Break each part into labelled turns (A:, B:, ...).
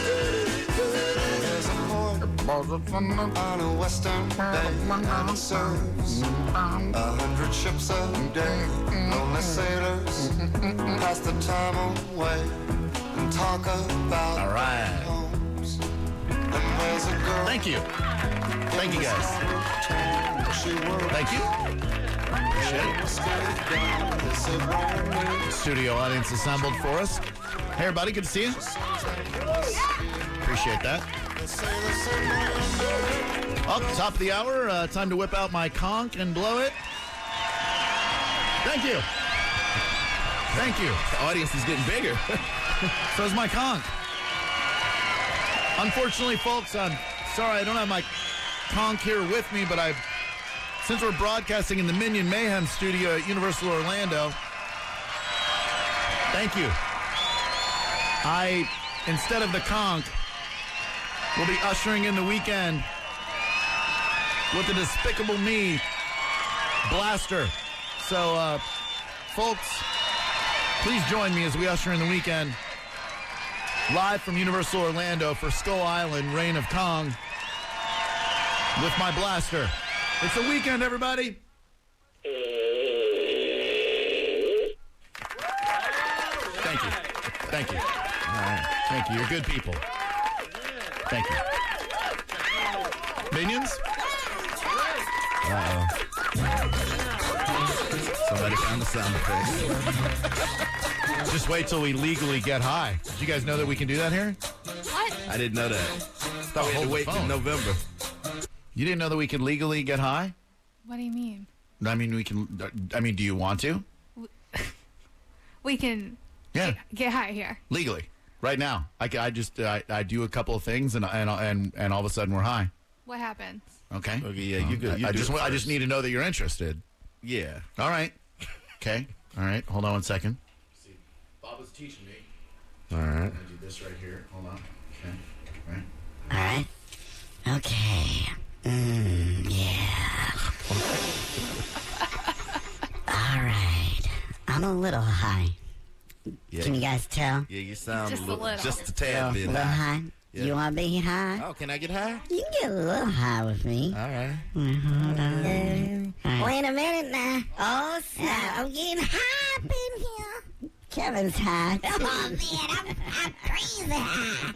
A: There's a port on a western bay and it serves
B: Mm-hmm.
A: a hundred ships a day. Lonely sailors
B: Mm-hmm.
A: pass the time away and talk about
C: All right.
A: homes. And there's a girl.
C: Thank you. Thank you guys.
A: She works
C: Thank you. Appreciate it.
A: with God. They say, "Woman,
C: Studio audience assembled for us. Hey, everybody. Good to see you. Appreciate that. Up top of the hour. Uh, time to whip out my conch and blow it. Thank you. Thank you.
B: The audience is getting bigger.
C: So is my conch. Unfortunately, folks, I'm sorry I don't have my conch here with me, but I, since we're broadcasting in the Minion Mayhem studio at Universal Orlando, thank you. I, instead of the conch, will be ushering in the weekend with the Despicable Me blaster. So, uh, folks, please join me as we usher in the weekend live from Universal Orlando for Skull Island, Reign of Kong, with my blaster. It's the weekend, everybody. Thank you. Thank you. All right. Thank you. You're good people. Thank you. Minions?
B: Somebody found the sound effects.
C: Just wait till we legally get high. Did you guys know that we can do that here?
D: What?
B: I didn't know that.
C: Thought
B: Oh, We had to wait till November.
C: You didn't know that we could legally get high?
D: What do you mean?
C: I mean, we can. I mean, do you want to?
D: We can
C: Yeah,
D: get high here.
C: legally, right now. I, ca- I just I, I do a couple of things and and and and all of a sudden we're high.
D: What happens?
C: Okay.
B: Okay, yeah, you good. You
C: Oh, I
B: do
C: just
B: it
C: wa- I
B: first.
C: just need to know that you're interested.
B: Yeah.
C: All right. Okay. All right. Hold on one second.
E: Bob was teaching me.
B: All right.
C: I do this right here. Hold on. Okay.
F: All right. Okay. Mm, yeah. All right. I'm a little high.
B: Yeah.
F: Can you guys tell?
B: Yeah, you sound
D: Just a little.
B: just a tad
F: A
B: bit.
F: little high.
B: Yeah.
F: You want to be high?
B: Oh, can I get high?
F: You can get a little high with me.
B: All right.
F: Wait a minute now. Oh, snap. I'm getting high up in here. Kevin's high. Come on, man. I'm, I'm crazy high.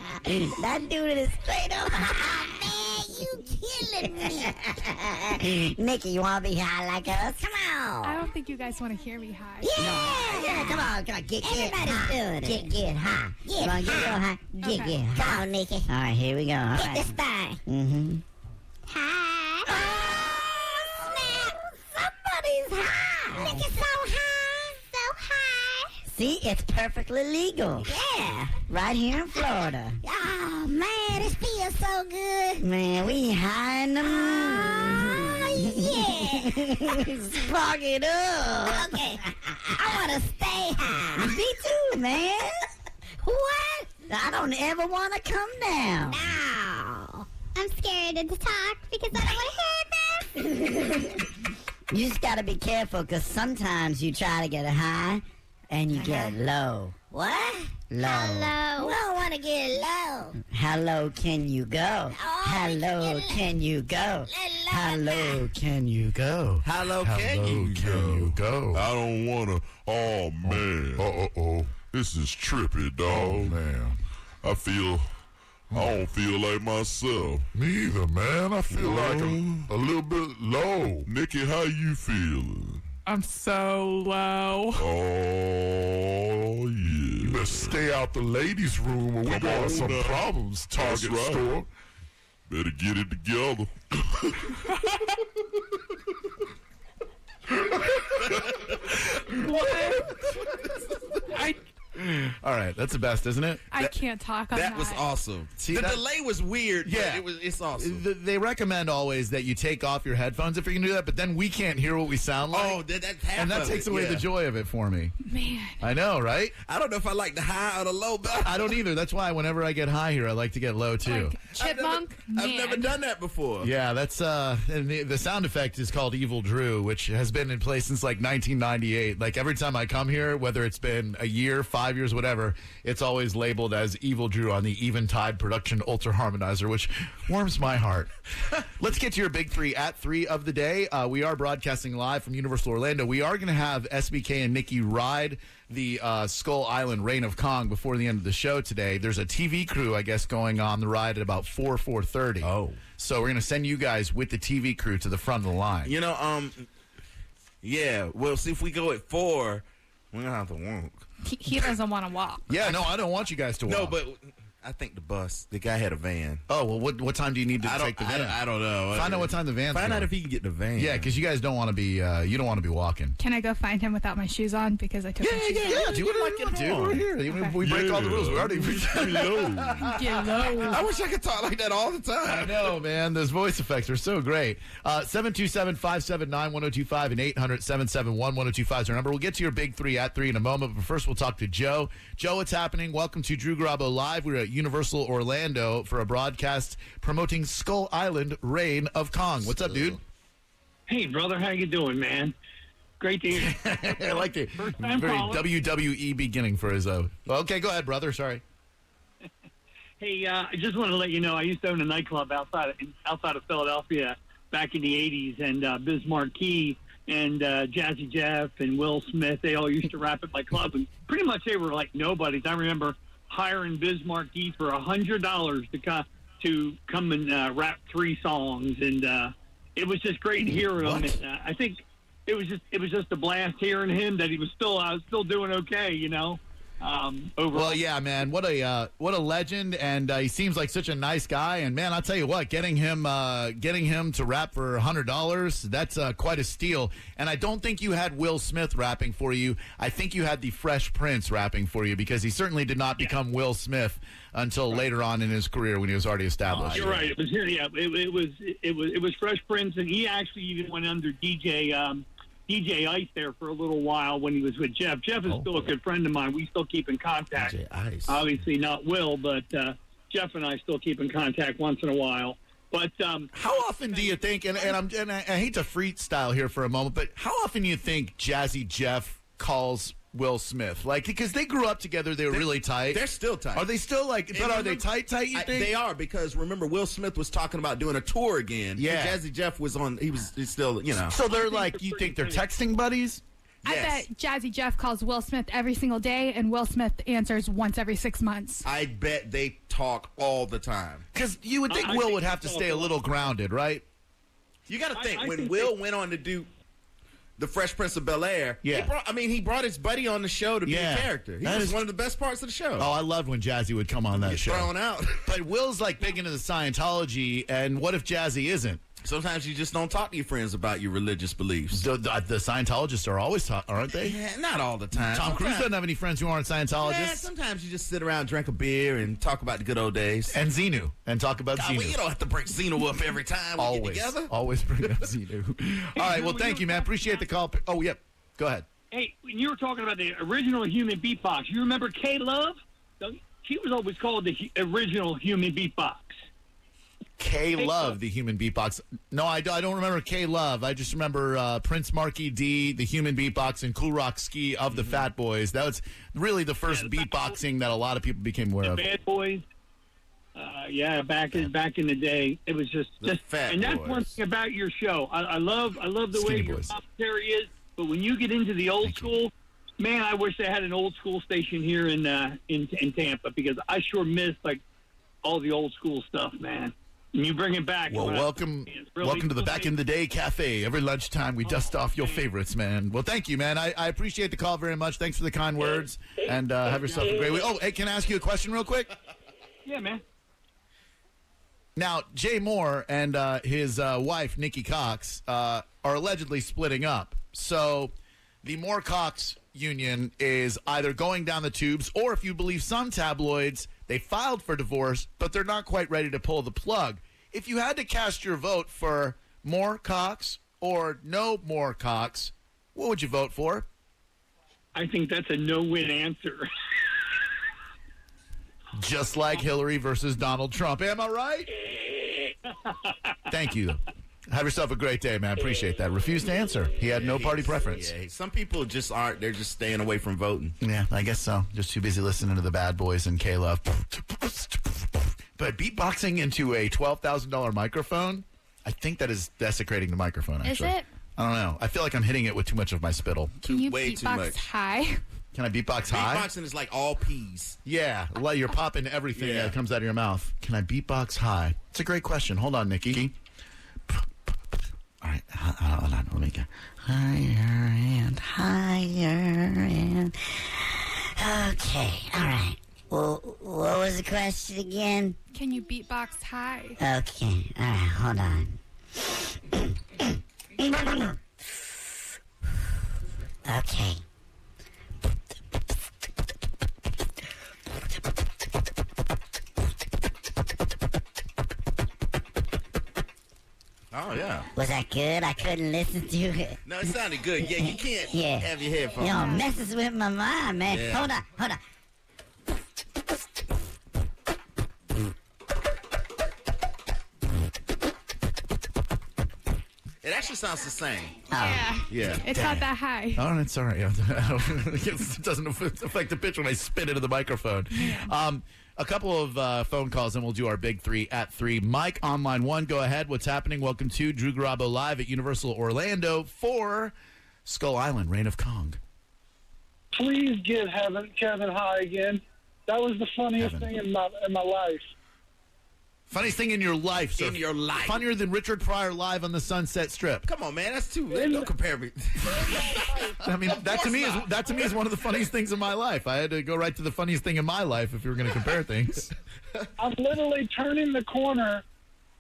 F: that dude is straight up high. man, you killing me. Nikki, you want to be high like us? Come on.
D: I don't think you guys want to hear me high.
F: Yeah, yeah, come on, come on, get, get high. doing it. Get, get high. Get, come on, get real high. Get,
D: Okay.
F: get high. Come on, Nikki. All right, here we go. All Hit this thing. Mm-hmm. High. Oh, snap. Somebody's high. Nikki's so high. So high. See, it's perfectly legal. Yeah. Right here in Florida. Oh, man, this feels so good. Man, we high in the moon. yeah. Spark it up. Okay. I want to stay high. Me too, man. what? I don't ever want to come down. No.
G: I'm scared to talk because I don't want to hear this.
F: You just got to be careful because sometimes you try to get high and you get low. What? Low.
G: Uh-huh. Hello.
F: We don't want to get low. How low can you
G: Oh,
F: go? How low can you go? How low can you go?
B: How low can you go?
C: go?
H: I don't wanna. Oh man. Uh oh. oh. This is trippy, dog.
I: Oh, Man,
H: I feel. I don't feel like myself.
I: me either, man. I feel like I'm a little bit low.
H: Nikki, how you feeling?
E: I'm so low.
H: Oh
I: You
H: yeah.
I: better stay out the ladies' room or we
H: Come
I: gonna
H: on
I: have some
H: now.
I: problems,
H: That's
I: Target
H: right.
I: store.
H: Better get it together.
E: What? I
C: All right, that's the best, isn't it?
D: I can't talk on that.
B: That was awesome.
C: See,
B: the
C: that-
B: delay was weird. but
C: Yeah.
B: it was. It's awesome.
C: Th- They recommend always that you take off your headphones if you can do that, but then we can't hear what we sound like.
B: Oh, that, that's half
C: and that
B: of
C: takes
B: it,
C: away
B: yeah.
C: the joy of it for me.
D: Man,
C: I know, right?
B: I don't know if I like the high or the low, but
C: I don't either. That's why whenever I get high here, I like to get low too.
D: like chipmunk.
B: I've never, I've
D: man.
B: never done that before.
C: Yeah, that's uh, and the, the sound effect is called Evil Drew, which has been in place since like 1998. Like every time I come here, whether it's been a year, five years, whatever, it's always labeled as Evil Drew on the Eventide Production Ultra Harmonizer, which warms my heart. Let's get to your big three at three of the day. Uh, we are broadcasting live from Universal Orlando. We are going to have SBK and Nikki ride the uh, Skull Island Reign of Kong before the end of the show today. There's a TV crew, I guess, going on the ride at about four four thirty.
B: Oh.
C: So we're gonna send you guys with the TV crew to the front of the line.
B: You know, um, yeah. Well, see if we go at four, we're gonna have to walk.
D: He, he doesn't want to walk.
C: Yeah, no, I don't want you guys to.
B: No,
C: walk.
B: but I think the bus. The guy had a van.
C: oh well, what what time do you need to
B: I
C: take
B: don't.
C: the
B: I,
C: van?
B: don't- I don't know.
C: Find out what time the van's
B: Find out
C: going.
B: if he can get the van.
C: yeah, because you guys don't want to be uh, you don't want to be walking.
D: Can I go find him without my shoes on because I took my shoes
C: yeah. Do what I like to do. We're here. We break all the rules. We already.
D: off? Get low.
B: I wish I could talk like that all the
C: I
B: time.
C: know, man. Those voice effects are so great. Uh, 727 579 1025 and 800 771 1025 is our number. We'll get to your big three at three in a moment, but first we'll talk to Joe. Joe, what's happening? Welcome to Drew Garabo Live. We're at Universal Orlando for a broadcast promoting Skull Island Reign of Kong. What's up, dude?
J: Hey, brother, how you doing, man? Great to hear.
C: I like the
J: time
C: very
J: caller.
C: WWE beginning for his own. Okay, go ahead, brother. Sorry.
J: hey, uh, I just want to let you know I used to own a nightclub outside of, outside of Philadelphia back in the '80s, and uh, Biz Marquee and uh, Jazzy Jeff and Will Smith they all used to rap at my club, and pretty much they were like nobodies. I remember hiring Biz Marquee for a hundred dollars to come to come and uh, rap three songs, and uh, it was just great to hear him. And, uh, I think it was just it was just a blast hearing him that he was still I was still doing okay, you know. Um, overall.
C: Well, yeah, man, what a uh, what a legend, and uh, he seems like such a nice guy. And man, I'll tell you what, getting him uh, getting him to rap for hundred dollars that's uh, quite a steal. And I don't think you had Will Smith rapping for you. I think you had the Fresh Prince rapping for you because he certainly did not become Will Smith until later on in his career when he was already established.
J: You're right. It was here. Yeah, it, it was. It was. It was Fresh Prince, and he actually even went under DJ um, DJ Ice there for a little while when he was with Jeff. Jeff is still a good friend of mine. We still keep in contact.
B: Ice.
J: Obviously not Will, but uh, Jeff and I still keep in contact once in a while. But um,
C: How often do you think? And, and I'm and I, I hate to freestyle here for a moment, but how often do you think Jazzy Jeff calls Will Smith? Like because they grew up together, they were really tight.
B: They're still tight.
K: Uh,
C: Are they still like? But
B: And
C: are they
B: remember-
C: tight? Tight? You
B: I-
C: think?
B: they are because remember Will Smith was talking about doing a tour again.
C: Yeah.
B: And Jazzy Jeff was on. He was he's still you know.
C: So they're like. You think they're texting buddies?
D: I
B: Yes.
D: bet Jazzy Jeff calls Will Smith every single day, and Will Smith answers once every six months.
B: I bet they talk all the time.
C: Because you would think
J: I- I
C: Will
J: think
C: would have to
J: so.
C: stay a little grounded, right?
B: You got to
J: I-
B: think
J: I
B: when
J: think
B: Will went on to do the Fresh Prince of Bel Air.
C: Yeah.
B: He brought, I mean, he brought his buddy on the show to
C: Yeah.
B: be a character. He
C: That
B: was
C: is-
B: one of the best parts of the show.
C: Oh, I loved when Jazzy would come on that
B: Get
C: show.
B: thrown out.
C: But Will's like big into the Scientology, and what if Jazzy isn't?
B: Sometimes you just don't talk to your friends about your religious beliefs.
C: The, uh, the, the Scientologists are always, ta- aren't they?
B: Yeah, not all the time.
C: Tom Cruise
B: Sometimes-
C: doesn't have any friends who aren't
B: Yeah,
C: Scientologists.
B: sometimes you just sit around, drink a beer, and talk about the good old days.
C: and Xenu, and talk about
B: God, well,
C: Xenu.
B: you don't have to bring Xeno up every time we
C: always,
B: get together.
C: always bring up Xenu. All right, well,
J: Drew,
C: thank
J: you
C: you, man.
J: were
C: Appreciate the call. Oh, yep. Go ahead.
J: hey, when you were talking about the original human beatbox, you remember K Love? She was always called the hu- original human beatbox.
C: K Love, the human beatbox. No, I, I don't remember K Love. I just remember uh, Prince Marky D, the human beatbox, and Cool Rock Ski of the Fat Boys. That was really Mm-hmm. the first beatboxing that a lot of people became aware of.
J: Bad Boys. Uh, yeah, back in back in the day, it was just
B: The
J: just
B: Fat
J: and that's
B: Boys.
J: one thing about your show. I, I love I love the
C: Skinny
J: way your
C: Boys.
J: commentary is, but when you get into the old school, man, I wish they had an old school station here in uh, in in Tampa because I sure miss like all the old school stuff, man. And you bring it back.
C: Well,
J: and when I-
C: welcome,
J: it's really
C: welcome to the
J: cool.
C: Back in the Day Cafe. Every lunchtime, we dust off your favorites, Oh, man. Well, thank you, man. I, I appreciate the call very much. Thanks for the kind words, and uh, have yourself a great week. Oh, hey, can I ask you a question real quick?
J: Yeah, man.
C: Now, Jay Moore and uh, his uh, wife Nikki Cox uh, are allegedly splitting up. So, the Moore Cox union is either going down the tubes or if you believe some tabloids, they filed for divorce, but they're not quite ready to pull the plug. If you had to cast your vote for more Cox or no more Cox, what would you vote for?
J: I think that's a no-win answer.
C: Just like Hillary versus Donald Trump. Am I right? Thank you. Have yourself a great day, man. Appreciate that. Refused to answer. He had no party preference.
B: Yeah, some people just aren't. They're just staying away from voting.
C: Yeah, I guess so. Just too busy listening to the bad boys and K Love. But beatboxing into a twelve thousand dollar microphone, I think that is desecrating the microphone.
D: Is
C: Actually,
D: it?
C: I don't know. I feel like I'm hitting it with too much of my spittle.
D: Can you beatbox high?
C: Can I beatbox high?
B: Beatboxing is like all peas.
C: Yeah, like you're popping everything
B: Yeah.
C: that comes out of your mouth. Can I beatbox high? It's a great question. Hold on, Nikki. All right, h- hold on. Let me go.
F: Higher and higher and. Okay, all right. Well, what was the question again?
D: Can you beatbox high?
F: Okay, all right, hold on. Okay.
B: Oh yeah.
F: Was that good? I couldn't listen to it.
B: No, it sounded good. Yeah, you can't
F: Yeah.
B: have your headphones.
F: Y'all messes with my mind, man.
B: Oh. Yeah.
F: Hold on, hold on.
B: It actually sounds the same.
D: Yeah.
B: Yeah.
D: It's not that high.
C: Oh, it's all right. it doesn't affect the pitch when I spit into the microphone. Um, a couple of uh, phone calls, and we'll do our big three at three. Mike on line one, go ahead. What's happening? Welcome to Drew Garabo live at Universal Orlando for Skull Island, Reign of Kong.
L: Please get Heaven, Kevin High again. That was the funniest
C: Kevin.
L: thing in my in my life.
C: Funniest thing in your life, sir.
B: In your life.
C: Funnier than Richard Pryor live on the Sunset Strip.
B: Come on, man. That's too. Don't compare me.
C: I mean, that to me is that to me is one of the funniest things in my life. I had to go right to the funniest thing in my life if you were going to compare things.
L: I'm literally turning the corner,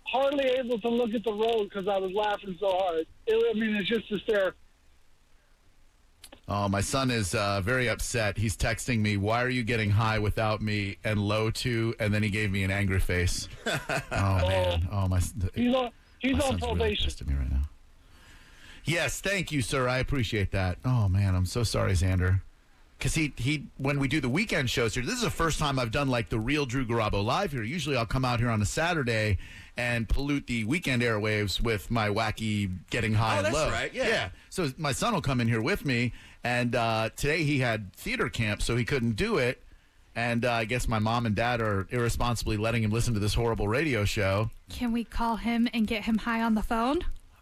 L: hardly able to look at the road because I was laughing so hard. It, I mean, it's just hysterical.
C: Oh, my son is uh, very upset. He's texting me, "Why are you getting high without me?" and low too, and then he gave me an angry face. oh man! Oh my!
L: He's on he's
C: my
L: on
C: son's really
L: probation.
C: pissed at me right now. Yes, thank you, sir. I appreciate that. Oh man, I'm so sorry, Xander. Because he he when we do the weekend shows here, this is the first time I've done like the real Drew Garabo live here. Usually I'll come out here on a Saturday and pollute the weekend airwaves with my wacky getting
B: Oh,
C: high and
B: that's
C: low.
B: right. Yeah.
C: So my son will come in here with me, and uh, today he had theater camp, so he couldn't do it. And uh, I guess my mom and dad are irresponsibly letting him listen to this horrible radio show.
D: Can we call him and get him high on the phone?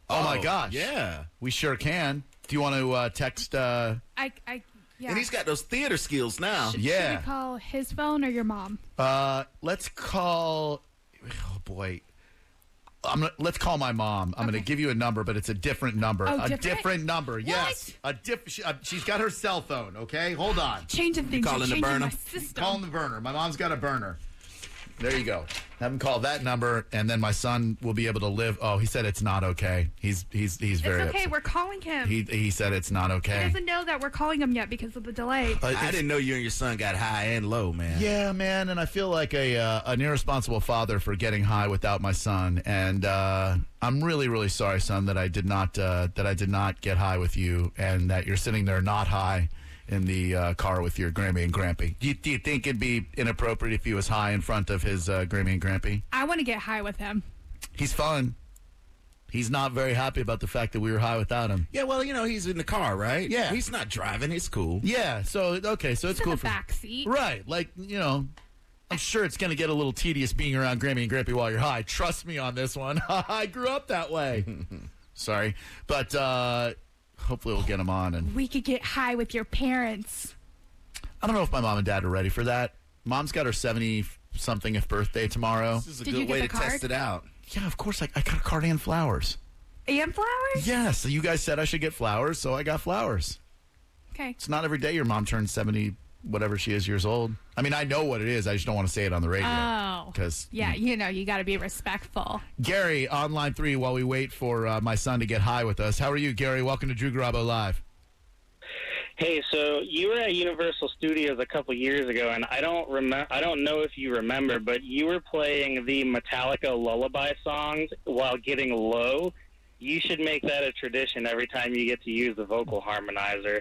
C: Oh,
B: Oh,
C: my gosh.
B: yeah.
C: We sure can. Do you want to uh, text? Uh,
D: I, I, yeah.
B: And he's got those theater skills now.
D: Should
C: yeah.
D: we call his phone or your mom?
C: Uh, let's call. Oh boy. I'm gonna, let's call my mom. I'm going to give you a number, but it's a different number.
D: Oh,
C: a
D: different?
C: number. Yes. A diff- she, uh, she's got her cell phone, okay? Hold on.
D: Changing things.
B: calling
D: you're
B: the
D: changing
B: burner?
D: my
C: Call
D: system.
C: him the burner. My mom's got a burner. There you go. Have him call that number, and then my son will be able to live. Oh, he said it's not okay. He's he's he's
D: It's
C: very
D: okay.
C: upset.
D: We're calling him.
C: He he said it's not
D: He
C: okay.
D: doesn't know that we're calling him yet because of the delay.
C: Uh,
B: I
C: it's-
B: didn't know you and your son got high and low, man.
C: Yeah, man, and I feel like a uh, an irresponsible father for getting high without my son, and uh, I'm really, really sorry, son, that I did not uh, that I did not get high with you, and that you're sitting there not high in the uh, car with your Grammy and Grampy. Do you, do you think it'd be inappropriate if he was high in front of his uh, Grammy and Grampy?
D: I want to get high with him.
C: He's fun. He's not very happy about the fact that we were high without him.
B: Yeah, well, you know, he's in the car, right?
C: Yeah.
B: He's not driving. It's cool.
C: Yeah. So okay. So it's
D: He's
C: cool
D: in the
C: for
D: back seat.
C: Right. Like, you know, I'm sure it's going to get a little tedious being around Grammy and Grampy while you're high. Trust me on this one. I grew up that way. Sorry. But uh, hopefully we'll get them on. And
D: We could get high with your parents.
C: I don't know if my mom and dad are ready for that. Mom's got her 70 something if birthday tomorrow.
B: This is a
D: Did you
B: good
D: get
B: way
D: the
B: to
D: card?
B: test it out.
C: Yeah, of course. I, I got a card and flowers.
D: And flowers?
C: Yeah. So you guys said I should get flowers, so I got flowers.
D: Okay.
C: It's not every day your mom turns 70, whatever she is years old. I mean, I know what it is. I just don't want to say it on the radio.
D: Oh.
C: Because
D: Yeah, you know, you got to be respectful.
C: Gary on line three while we wait for uh, my son to get high with us. How are you, Gary? Welcome to Drew Garabo Live.
M: Hey, so you were at Universal Studios a couple years ago, and I don't remember. I don't know if you remember, but you were playing the Metallica lullaby songs while getting low. You should make that a tradition every time you get to use the vocal harmonizer.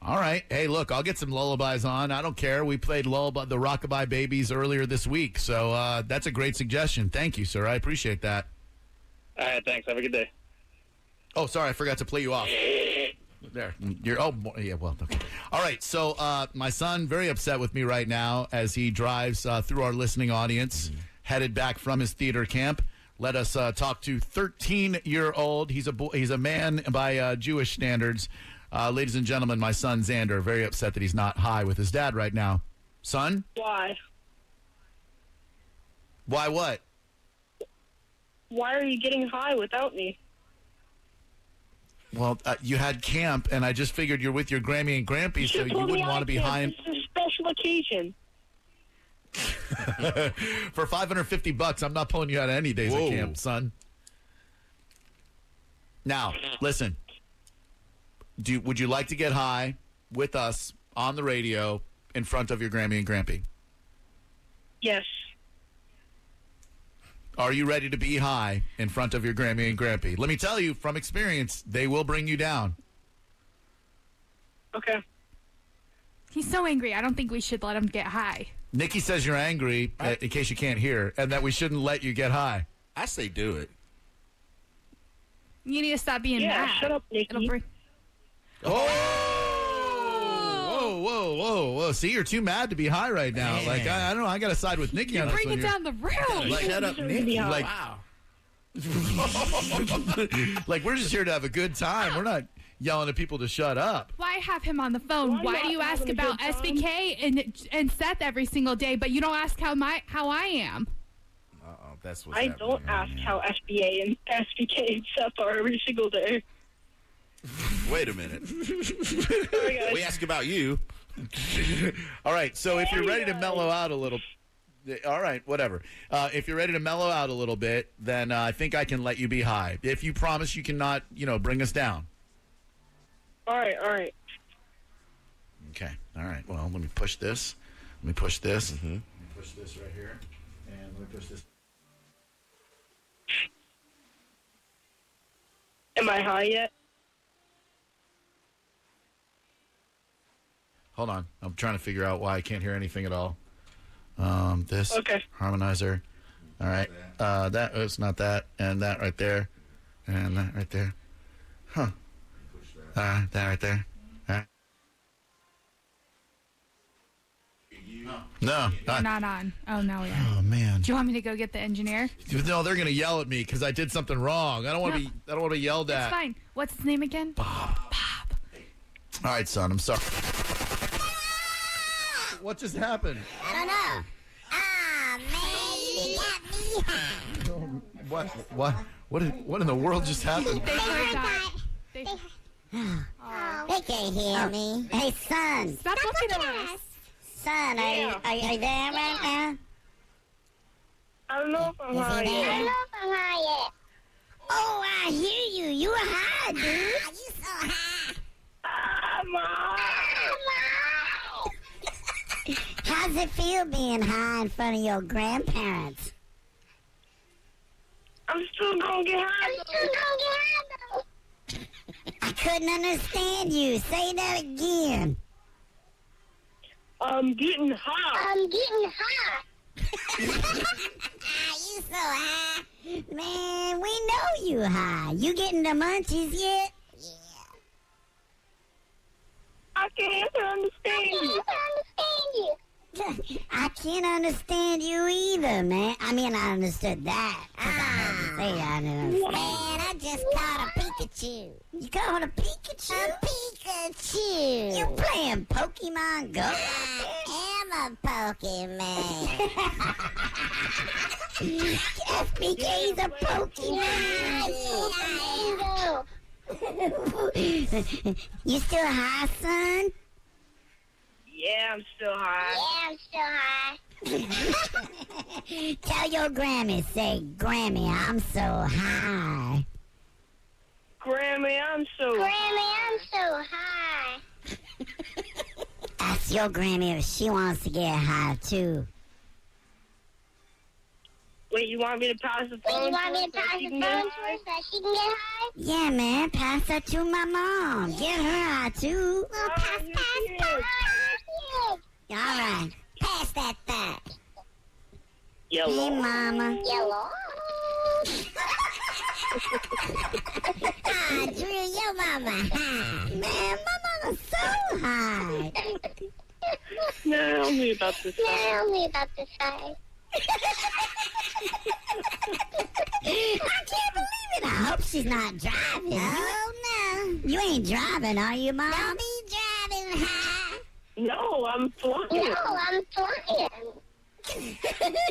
C: All right. Hey, look, I'll get some lullabies on. I don't care. We played lullaby, the Rockabye Babies earlier this week, so uh, that's a great suggestion. Thank you, sir. I appreciate that.
M: All right, thanks. Have a good day.
C: Oh, sorry, I forgot to play you off. There, you're. Oh, boy, yeah. Well, okay. All right. So, uh, my son very upset with me right now as he drives uh, through our listening audience, headed back from his theater camp. Let us uh, talk to 13 year old. He's a boy, he's a man by uh, Jewish standards. Uh, ladies and gentlemen, my son Xander very upset that he's not high with his dad right now. Son,
K: Why?
C: why what?
K: Why are you getting high without me?
C: Well, uh, you had camp, and I just figured you're with your Grammy and Grampy, so
K: should've
C: you
K: told me
C: wouldn't
K: I
C: want to be
K: can't.
C: high. And-
K: This is a special occasion.
C: For 550 bucks, I'm not pulling you out of any days
N: Whoa.
C: at camp, son. Now, listen. Do you- would you like to get high with us on the radio in front of your Grammy and Grampy?
K: Yes.
C: Are you ready to be high in front of your Grammy and Grampy? Let me tell you from experience, they will bring you down.
K: Okay.
D: He's so angry. I don't think we should let him get high.
C: Nikki says you're angry, uh, in case you can't hear, and that we shouldn't let you get high.
B: I say do it.
D: You need to stop being
K: Yeah,
D: mad.
K: shut
D: up, Nikki. It'll bring-
C: Oh! Whoa, whoa, whoa, whoa. See, you're too mad to be high right now.
D: Man.
C: Like, I, I don't know. I got to side with Nikki
D: You're
C: on this
D: bringing
C: one. here.
D: down the room.
C: Like,
D: Shut up, Nikki.
C: Like,
D: Wow.
C: like, we're just here to have a good time. We're not yelling at people to shut up.
D: Why have him on the phone? Why do you ask about SBK and and Seth every single day, but you don't ask how my how I am?
B: Uh-oh, that's
K: I don't ask how SBA and SBK and stuff are every single day.
B: Wait a minute.
K: Sorry, guys.
B: we ask about you.
C: All right. So if you're ready to mellow out a little, all right, whatever. Uh, if you're ready to mellow out a little bit, then uh, I think I can let you be high. If you promise you cannot, you know, bring us down.
K: All right, all right.
C: Okay. All right. Well, let me push this. Let me push this.
B: Mm-hmm.
C: Let me push this right here, and let me push this.
K: Am I high yet?
C: Hold on. I'm trying to figure out why I can't hear anything at all. Um, this
K: Okay.
C: harmonizer. All right. Uh, that it's not that, and that right there, and that right there. Huh. Uh, that right there. Uh. All right. No, Uh,
D: You're
C: I-
D: not on. Oh, now we are.
C: Oh man.
D: Do you want me to go get the engineer?
C: No, they're gonna yell at me because I did something wrong. I don't want to
D: No.
C: be. I don't want to be yelled
D: It's
B: Uh,
C: at.
D: fine. What's his name again?
C: All right, son. I'm sorry. What just happened?
F: Oh no. Ah, man, you got me high.
C: What? What? What? Did, what in the world just happened?
F: They heard that.
D: They,
F: they can't hear me. Hey, son.
D: Stop looking at us.
F: Son, are, you, are, you- are you there right now?
K: I don't know if I'm high yet.
G: I love Mariah.
F: Oh, I hear you. You were high, dude. Ah, you so high.
K: Ah,
F: How's it feel being high in front of your grandparents?
K: I'm still gonna get high.
G: I'm still gonna get high though.
F: I couldn't understand you. Say that again.
K: I'm getting high.
G: I'm getting high.
F: Ah, you so high. Man, we know you high. You getting the munchies yet?
K: I can't understand
G: I
K: you.
G: can't understand you.
F: I can't understand you either, man. I mean, I understood that. 'cause I had to say I didn't understand.
G: Man, I just caught a Pikachu.
F: You called a Pikachu?
G: A Pikachu.
F: You playing Pokemon Go?
G: I am a Pokemon.
F: SBK's a
G: yeah,
F: Pokemon.
G: I am.
F: you still high, son?
K: Yeah, I'm still high.
G: Yeah, I'm still high.
F: Tell your Grammy, say, Grammy, I'm so high.
K: Grammy, I'm so
G: Grammy, I'm so high.
F: Ask your Grammy if she wants to get high too.
K: Wait, you want me to pass the phone?
G: you want me to
K: so
G: pass
K: she
G: the
K: can
G: phone
K: get
G: to
K: high?
G: her so she can get high?
F: Yeah, man, pass that to my mom. Get her high too.
G: Well, pass, pass, pass.
F: All right. Pass that thing.
G: Yellow.
F: Hey, mama.
G: Yellow.
F: ah, Drew, your mama high. Man, my mama's so high.
K: Tell me about this.
G: Tell me about this guy.
F: I can't believe it. I hope she's not driving. Oh, no. You ain't driving, are you, mom? Don't be driving high.
K: No, I'm flying.
G: No, I'm flying.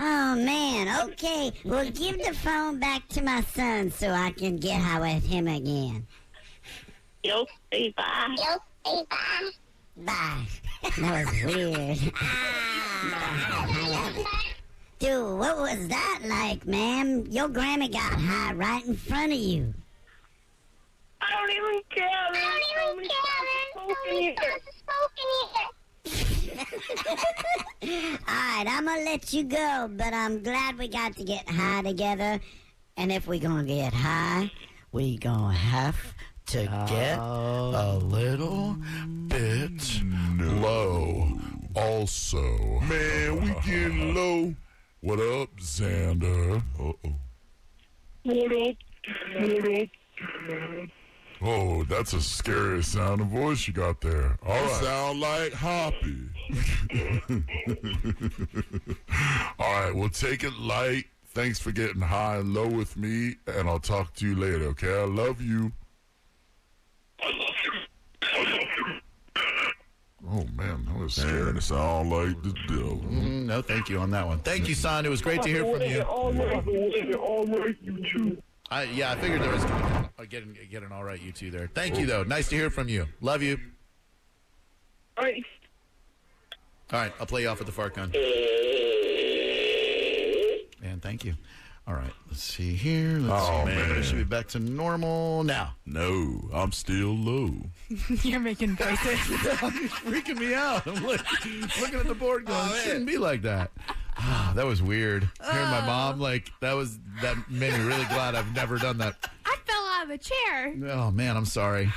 F: Oh man, okay. Well, give the phone back to my son so I can get high with him again.
K: Yo, say bye.
G: Yo, say bye.
F: Bye. That was weird. Dude, what was that like, ma'am? Your Grammy got high right in front of you.
K: I don't even care. There's
G: I
K: so
G: don't
K: many
G: even care. There's so many
K: fucking folk in here.
G: stars of smoke in here.
F: Alright, I'm gonna let you go, but I'm glad we got to get high together. And if we gonna get high, we gonna have to get a
I: little bit low. Also, man, we getting low. What up, Xander? Uh-oh. Oh, that's a scary sound of voice you got there. All right. Sound like Hoppy. All right, well, take it light. Thanks for getting high and low with me, and I'll talk to you later, okay? I love you. Oh, man, that was scary. Man, it sound like the devil.
C: Mm, no, thank you on that one. Thank you, son. It was great to hear from you.
L: All right, all right, you two.
C: I, yeah, I figured there was I get an, get an all right you two there. Thank you though. Nice to hear from you. Love you.
K: All right.
C: All right, I'll play you off with the fart gun. And thank you. All right, let's see here. Let's
B: Oh,
C: see.
B: man.
C: It should be back to normal now.
B: No, I'm still low.
D: You're making voices.
C: freaking me out. I'm look, looking at the board going,
B: Oh,
C: it shouldn't be like that. Ah, that was weird. Hearing my mom, like, that was, that made me really glad I've never done that.
D: I fell out of a chair.
C: Oh, man, I'm sorry.